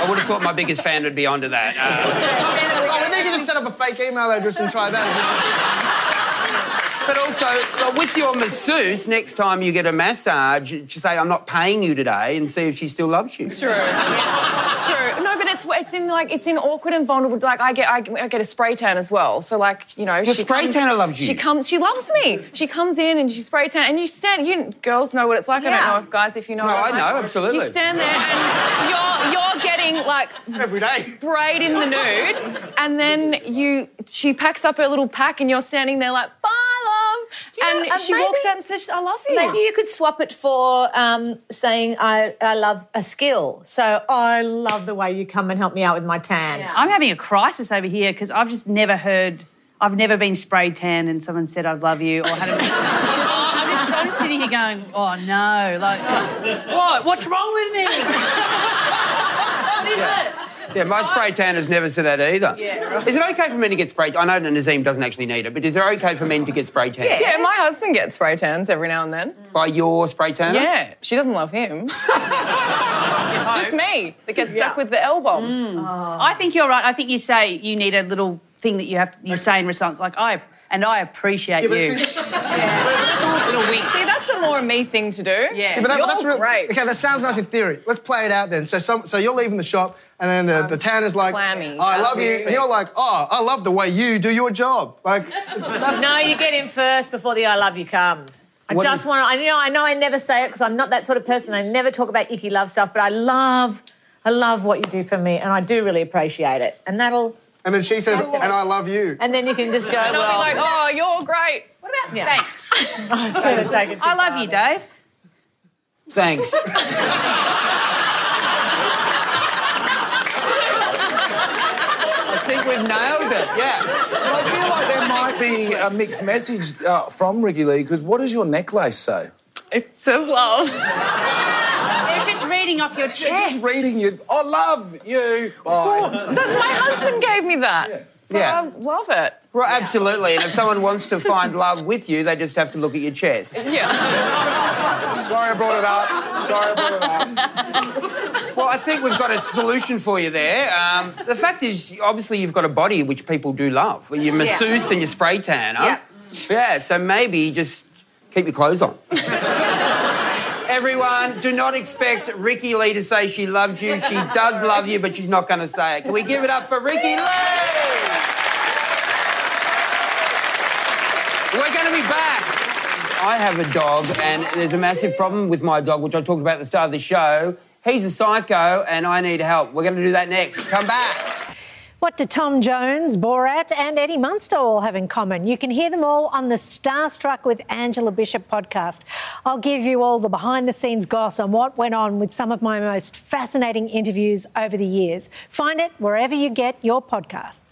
Speaker 3: I would have thought my biggest fan would be onto that. Uh,
Speaker 5: Oh, and they can just set up a fake email address and try that.
Speaker 3: but also, uh, with your masseuse, next time you get a massage, just say, I'm not paying you today, and see if she still loves you.
Speaker 11: True. True. No, but it's it's in like it's in awkward and vulnerable. Like I get I, I get a spray tan as well. So like you know,
Speaker 3: Your spray
Speaker 11: comes-
Speaker 3: tanner loves you.
Speaker 11: She comes. She loves me. She comes in and she spray tan. And you stand. You girls know what it's like. I
Speaker 4: Yeah.
Speaker 11: don't know if guys if you know.
Speaker 3: No,
Speaker 11: what it's
Speaker 3: I
Speaker 11: like.
Speaker 3: know, absolutely.
Speaker 11: You stand there and you're you're getting like
Speaker 5: Every day.
Speaker 11: sprayed in the nude, and then you she packs up her little pack and you're standing there like bye love. and she walks out and says, "I love you."
Speaker 4: uh, Maybe you could swap it for um, saying, I, I love a skill. So I love the way you come and help me out with my tan.
Speaker 7: I'm having a crisis over here because I've just never heard. I've never been spray tan and someone said I love you or had a. Oh, I'm just I'm just sitting here going, oh no, like, just, what? What's wrong with me? what is it?
Speaker 3: Yeah, my spray tanners never said that either.
Speaker 11: Yeah.
Speaker 3: Is it okay for men to get spray I know that Nazim doesn't actually need it, but is it okay for men to get spray tanned?
Speaker 11: Yeah, my husband gets spray tans every now and then.
Speaker 3: By your spray tanner?
Speaker 11: Yeah, she doesn't love him. it's just me that gets stuck with the L bomb.
Speaker 3: Mm.
Speaker 7: I think you're right. I think you say you need a little thing that you have you say in response, like I and I appreciate
Speaker 11: Yeah, but
Speaker 7: you.
Speaker 11: see-
Speaker 7: little wink.
Speaker 11: See, that's a more me thing to do. Yeah,
Speaker 5: Yeah, but that,
Speaker 11: You're
Speaker 5: that's real.
Speaker 11: great.
Speaker 5: Okay, that sounds nice in theory. Let's play it out then. So, some, so you're leaving the shop, and then the, the tan is like, "Oh,
Speaker 11: clammy.
Speaker 5: "I love
Speaker 11: That's
Speaker 5: you,"
Speaker 11: sweet.
Speaker 5: and you're like, "Oh, I love the way you do your job." Like, it's, that's,
Speaker 4: No, you get in first before the I love you comes. I
Speaker 5: What
Speaker 4: just
Speaker 5: is-
Speaker 4: want to, I know, I know I never say it because I'm not that sort of person. I never talk about icky love stuff, but I love, I love what you do for me and I do really appreciate it. And that'll.
Speaker 5: And then she says,
Speaker 4: That's it.
Speaker 5: "And I love you."
Speaker 4: And then you can just go,
Speaker 11: And I'll
Speaker 4: well.
Speaker 11: be like, "Oh, you're great."
Speaker 7: What about
Speaker 4: Yeah.
Speaker 7: thanks?
Speaker 4: I was gonna take it too
Speaker 7: I love you, Dave.
Speaker 3: Thanks. I think we've nailed it, yeah.
Speaker 6: I feel like there might be a mixed message uh, from Ricky Lee because what does your necklace say?
Speaker 11: It says love.
Speaker 7: They're just reading off your
Speaker 6: They're
Speaker 7: chest.
Speaker 6: Just reading you. I love you. Bye.
Speaker 11: But my husband gave me that. So
Speaker 3: Yeah.
Speaker 11: I love it.
Speaker 3: Right, absolutely. And if someone wants to find love with you, they just have to look at your chest.
Speaker 11: Yeah.
Speaker 6: Sorry I brought it up. Sorry I brought it up.
Speaker 3: Well, I think we've got a solution for you there. Um, the fact is, obviously, you've got a body which people do love. Your masseuse and your spray tanner.
Speaker 4: Yeah.
Speaker 3: Yeah, so maybe just keep your clothes on. Everyone, do not expect Ricky Lee to say she loved you. She does love you, but she's not going to say it. Can we give it up for Ricky Lee? We're going to be back. I have a dog, and there's a massive problem with my dog, which I talked about at the start of the show. He's a psycho, and I need help. We're going to do that next. Come back.
Speaker 12: What do Tom Jones, Borat, and Eddie Munster all have in common? You can hear them all on the Starstruck with Angela Bishop podcast. I'll give you all the behind the scenes goss on what went on with some of my most fascinating interviews over the years. Find it wherever you get your podcasts.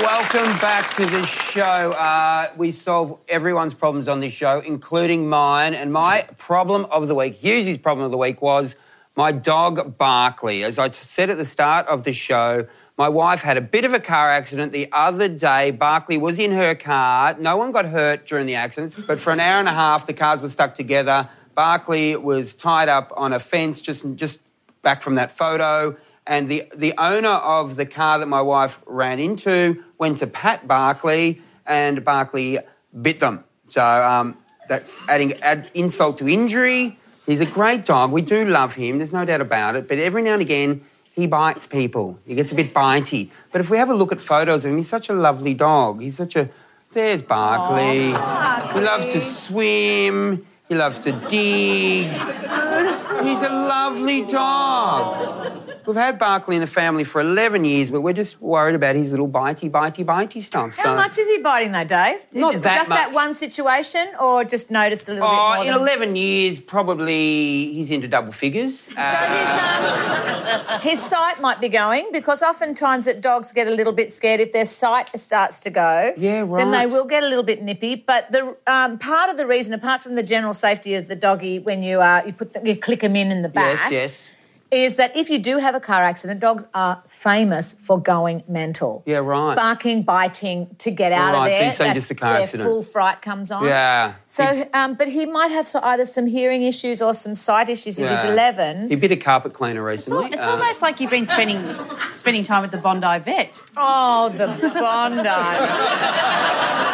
Speaker 3: Welcome back to the show. Uh, we solve everyone's problems on this show, including mine. And my problem of the week, Hughes' problem of the week, was my dog Barkley. As I t- said at the start of the show, my wife had a bit of a car accident the other day. Barkley was in her car. No one got hurt during the accidents, but for an hour and a half, the cars were stuck together. Barkley was tied up on a fence, just just back from that photo. And the, the owner of the car that my wife ran into went to pat Barkley, and Barkley bit them. So um, that's adding add insult to injury. He's a great dog. We do love him. There's no doubt about it. But every now and again, he bites people. He gets a bit bitey. But if we have a look at photos of him, he's such a lovely dog. He's such a. There's Barkley. He loves to swim. He loves to dig. He's a lovely dog. We've had Barkley in the family for 11 years, but we're just worried about his little bitey, bitey, bitey stuff.
Speaker 4: How much is he biting though, Dave?
Speaker 3: Not that
Speaker 4: Just that
Speaker 3: much.
Speaker 4: one situation, or just noticed a little
Speaker 3: Oh,
Speaker 4: bit
Speaker 3: in
Speaker 4: more? than-
Speaker 3: 11 years, probably he's into double figures.
Speaker 4: So
Speaker 3: Uh,
Speaker 4: his, um, his sight might be going because oftentimes that dogs get a little bit scared if their sight starts to go.
Speaker 3: Yeah,
Speaker 4: Then they
Speaker 3: right.
Speaker 4: will get a little bit nippy. But the um, part of the reason, apart from the general safety of the doggy, when you uh, you put the, you click them in in the back,
Speaker 3: yes, yes.
Speaker 4: is that if you do have a car accident, dogs are famous for going mental.
Speaker 3: Yeah, right.
Speaker 4: Barking, biting to get out of
Speaker 3: Right, so
Speaker 4: there.
Speaker 3: you're saying
Speaker 4: That's
Speaker 3: just a car
Speaker 4: where
Speaker 3: accident.
Speaker 4: Full fright comes on.
Speaker 3: Yeah.
Speaker 4: So, um, but he might have so either some hearing issues or some sight issues if he's
Speaker 3: Yeah.
Speaker 4: 11.
Speaker 3: He bit a carpet cleaner recently.
Speaker 7: It's
Speaker 3: Uh,
Speaker 7: almost like you've been spending spending time with the Bondi vet.
Speaker 4: Oh, the Bondi. Artist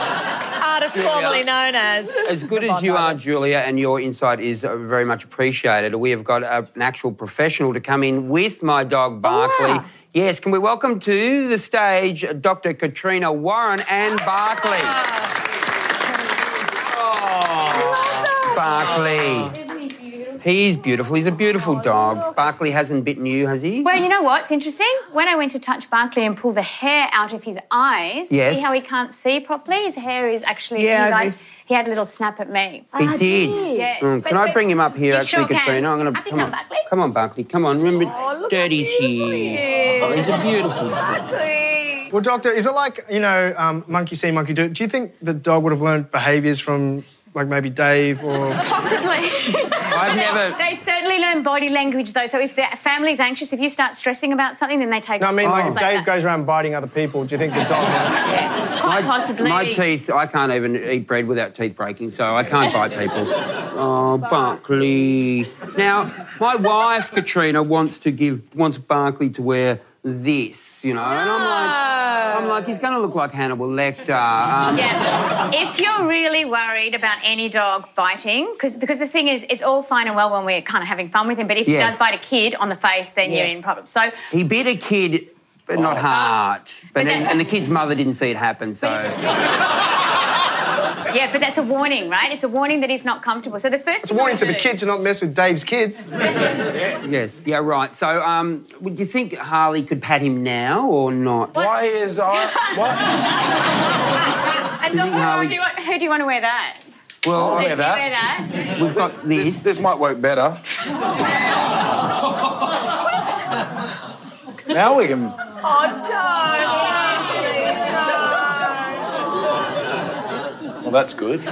Speaker 3: Julia.
Speaker 4: formerly known as.
Speaker 3: as good as you are, Julia, and your insight is uh, very much appreciated. We have got a, an actual professional to come in with my
Speaker 8: Oh,
Speaker 3: dog Barkley. Yes, can we welcome to the stage uh, Dr. Katrina Warren and Barkley? Barkley.
Speaker 8: Oh. Isn't he beautiful?
Speaker 3: He is beautiful. He's a beautiful dog. Barkley hasn't bitten you, has he?
Speaker 13: Well, you know what's interesting? When I went to touch Barclay and pull the hair out of his eyes,
Speaker 3: Yes.
Speaker 13: see how he can't see properly? His hair is actually
Speaker 3: Yeah,
Speaker 13: his
Speaker 3: I've
Speaker 13: eyes. He had a little snap at me.
Speaker 3: He did.
Speaker 13: Yeah.
Speaker 3: Mm,
Speaker 13: but-
Speaker 3: Can I
Speaker 13: but
Speaker 3: bring him up here,
Speaker 13: you
Speaker 3: actually,
Speaker 13: sure can.
Speaker 3: Katrina? I'm gonna
Speaker 13: Up you
Speaker 3: come
Speaker 13: come, Oh,
Speaker 3: on.
Speaker 13: Barclay.
Speaker 3: Come on, Barkley. Come on. Remember, dirty
Speaker 13: Oh,
Speaker 3: here.
Speaker 5: he is.
Speaker 3: He's a beautiful dog.
Speaker 5: Well, doctor, is it like you know, um, monkey see, monkey do? Do you think the dog would have learned behaviours from like maybe Dave or?
Speaker 13: Possibly.
Speaker 5: I've never-
Speaker 13: They certainly learn body language, though. So if the family's anxious, if you start stressing about something, then they take.
Speaker 5: No, I mean like if
Speaker 13: that.
Speaker 5: Dave goes around biting other people, do you think the dog?
Speaker 13: Quite possibly.
Speaker 3: My teeth, I can't even eat bread without teeth breaking, so I can't bite people. Oh, Barkley. Now, my wife, Katrina, wants to give, wants Barkley to wear this, you know, and I'm like, I'm like, he's going to look like Hannibal Lecter. Um,
Speaker 13: Yeah. If you're really worried about any dog biting, because because the thing is, it's all fine and well when we're kind of having fun with him, but if he
Speaker 3: Yes.
Speaker 13: does bite a kid on the face, then you're
Speaker 3: Yes.
Speaker 13: in problems. So
Speaker 3: He bit a kid, but not
Speaker 13: Oh.
Speaker 3: hard. But then,
Speaker 13: that-
Speaker 3: and the kid's mother didn't see it happen, so.
Speaker 13: yeah, but that's a warning, right? It's a warning that he's not comfortable. So the first
Speaker 5: It's a warning to the kid
Speaker 13: kids.
Speaker 5: to not mess with Dave's kids.
Speaker 3: Yes, yeah, right. So, um, would you think Harley could pat him now or not?
Speaker 6: Why is uh, I?
Speaker 13: And
Speaker 3: You
Speaker 13: uh, Dr.
Speaker 3: think
Speaker 13: Earl,
Speaker 3: Harley-
Speaker 13: do you want, who do you want to wear that?
Speaker 3: Well,
Speaker 13: Do you wear that?
Speaker 3: We've got
Speaker 6: this. This might work better. now we can.
Speaker 4: Oh,
Speaker 6: Well, that's good. If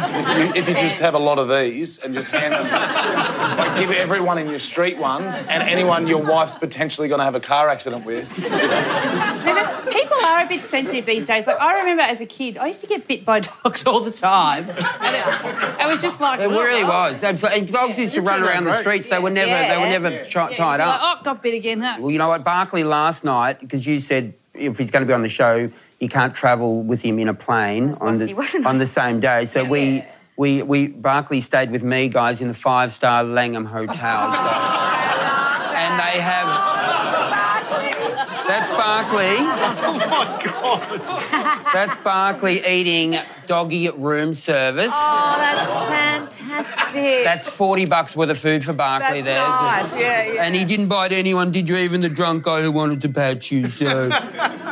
Speaker 6: you, if you just have a lot of these and just hand them, like give everyone in your street one, and anyone your wife's potentially going to have a car accident with.
Speaker 7: Now, the- People are a bit sensitive these days. Like I remember as a kid, I used to get bit by dogs all the time. And it, it was just like
Speaker 3: It
Speaker 7: oh,
Speaker 3: really
Speaker 7: oh.
Speaker 3: was. Absolutely. And dogs used to
Speaker 7: You
Speaker 3: run
Speaker 7: turned out
Speaker 3: around the
Speaker 7: great.
Speaker 3: streets. They were never, they were
Speaker 7: Yeah.
Speaker 3: never
Speaker 7: Yeah.
Speaker 3: tri-
Speaker 7: Yeah,
Speaker 3: tied
Speaker 7: you'd be
Speaker 3: up.
Speaker 7: Like, oh, got bit again. Huh?
Speaker 3: Well, you know what, Barkley last night because you said if he's going to be on the show, you can't travel with him in a plane on
Speaker 7: bossy,
Speaker 3: the
Speaker 7: wasn't I?
Speaker 3: on the same day. So we. We, we Barclay stayed with me guys in the five star Langham Hotel, so. and they have that's Barclay.
Speaker 14: Oh my god.
Speaker 3: That's Barclay eating doggy room service.
Speaker 4: Oh, that's fantastic.
Speaker 3: That's forty bucks worth of food for Barclay.
Speaker 4: That's
Speaker 3: there,
Speaker 4: nice,
Speaker 3: so-
Speaker 4: yeah, yeah.
Speaker 3: And he didn't bite anyone, did you? Even the drunk guy who wanted to pat you. So,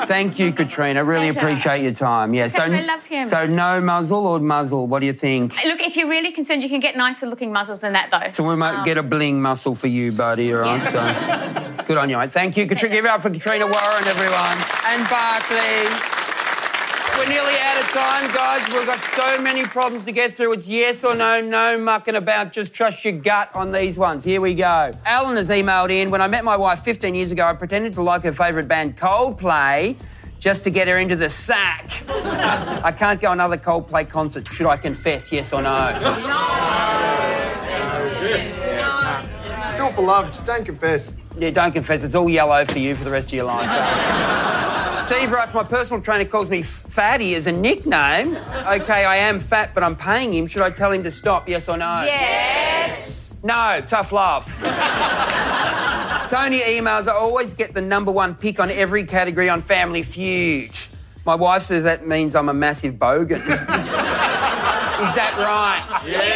Speaker 3: thank you, Katrina. Really
Speaker 13: Pleasure.
Speaker 3: appreciate your time. Yeah. so,
Speaker 13: Katrina, love him.
Speaker 3: So no muzzle or muzzle. What do you think?
Speaker 13: Look, if you're really concerned, you can get nicer looking muzzles than that, though.
Speaker 3: So we might
Speaker 13: Um,
Speaker 3: get a bling muscle for you, buddy. All right. So good on you, mate. Thank you, Katrina. Give it up for Katrina Warren, everyone, and Barclay. We're nearly out of time, guys. We've got so many problems to get through. It's yes or no, no mucking about. Just trust your gut on these ones. Here we go. Alan has emailed in. When I met my wife 15 years ago, I pretended to like her favourite band, Coldplay, just to get her into the sack. I can't go another Coldplay concert. Should I confess? Yes or no?
Speaker 5: It's not for love. Just don't confess.
Speaker 3: Yeah, don't confess. It's all yellow for you for the rest of your life. so. Steve writes, my personal trainer calls me fatty as a nickname. Okay, I am fat, but I'm paying him. Should I tell him to stop? Yes or no?
Speaker 14: Yes.
Speaker 3: No, tough love. Tony emails, I always get the number one pick on every category on Family Feud. My wife says that means I'm a massive bogan. Is that right? Yes.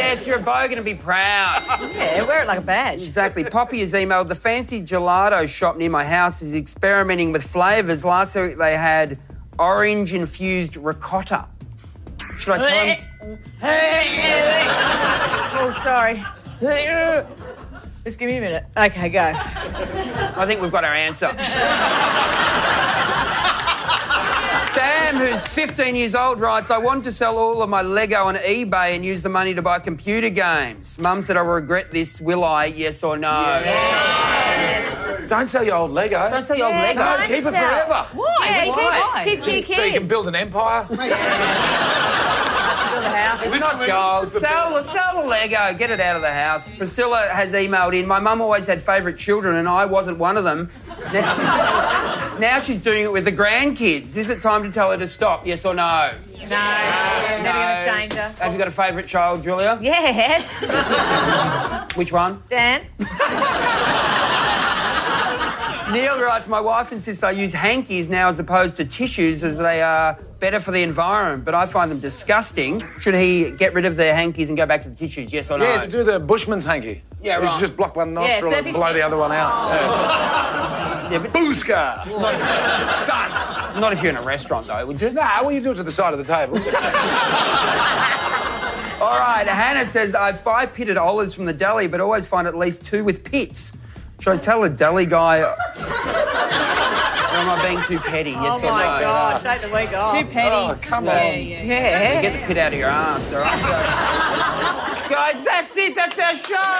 Speaker 3: Yes, you're a bogan and be proud. Yeah, wear it like a badge. Exactly. Poppy has emailed, the fancy gelato shop near my house is experimenting with flavours. Last week they had orange infused ricotta. Should I tell him?
Speaker 14: oh, sorry. Just give me a minute. Okay, go.
Speaker 3: I think we've got our answer. Sam, who's 15 years old, writes, I want to sell all of my Lego on eBay and use the money to buy computer games. Mum said, I regret this. Will I? Yes or no?
Speaker 6: Don't sell your old Lego.
Speaker 3: Don't sell your old eh? Lego.
Speaker 6: No, keep it forever.
Speaker 14: Why?
Speaker 3: Yeah,
Speaker 14: Why?
Speaker 3: keep- keep your
Speaker 6: So you
Speaker 3: kids.
Speaker 6: can build an empire.
Speaker 3: It's not gold. Sell, sell the Lego. Get it out of the house. Priscilla has emailed in. My mum always had favourite children, and I wasn't one of them. Now, now she's doing it with the grandkids. Is it time to tell her to stop? Yes or no?
Speaker 4: No, never gonna change her.
Speaker 3: Have you got a favourite child, Julia?
Speaker 4: Yes,
Speaker 3: Which one?
Speaker 4: Dan.
Speaker 3: Neil writes, My wife insists I use hankies now as opposed to tissues as they are better for the environment, but I find them disgusting. Should he get rid of the hankies and go back to the tissues? Yes or no?
Speaker 6: Yeah, so do the Bushman's hanky.
Speaker 3: Yeah,
Speaker 6: Which
Speaker 3: right.
Speaker 6: just block one
Speaker 3: Yeah,
Speaker 6: nostril and
Speaker 3: surface
Speaker 6: blow
Speaker 3: thing.
Speaker 6: the other one out.
Speaker 3: Oh. Yeah, but
Speaker 6: Booska!
Speaker 3: Done. Not if you're in a restaurant, though, would you?
Speaker 6: Nah, well, you do it to the side of the table.
Speaker 3: All right, Hannah says, I buy pitted olives from the deli, but always find at least two with pits. Should I tell the deli guy? or am I being too petty? Yes
Speaker 14: oh
Speaker 3: or
Speaker 14: my
Speaker 3: no?
Speaker 14: God,
Speaker 3: Yeah.
Speaker 14: take the wig off.
Speaker 3: Too petty. Oh, come on.
Speaker 14: Yeah, yeah. yeah.
Speaker 3: You Get the pit out of your ass, all right? So- Guys, that's it. That's our show.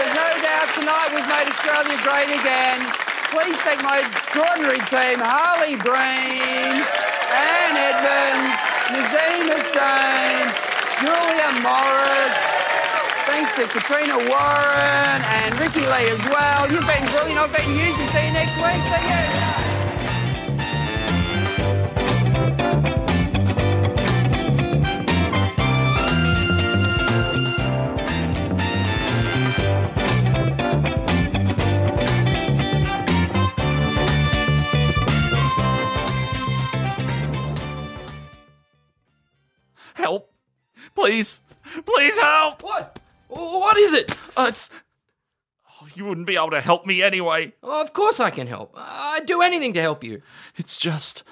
Speaker 3: There's no doubt tonight we've made Australia great again. Please thank my extraordinary team, Harley Breen, Anne Edmonds, Nazim Hussain, Julia Morris. Thanks to Katrina Warren and Ricky Lee as well. You've been brilliant. I've been you. See you next week. See you.
Speaker 15: Help. Please. Please help. What? What is it? Uh, it's. Oh, you wouldn't be able to help me anyway.
Speaker 16: Oh, of course I can help. I'd do anything to help you.
Speaker 15: It's just.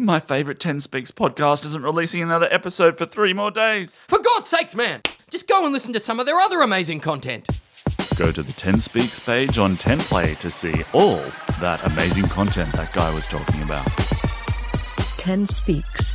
Speaker 15: My favourite 10 Speaks podcast isn't releasing another episode for three more days.
Speaker 16: For God's sakes, man, just go and listen to some of their other amazing content.
Speaker 17: Go to the 10 Speaks page on 10play to see all that amazing content that guy was talking about.
Speaker 18: 10 Speaks.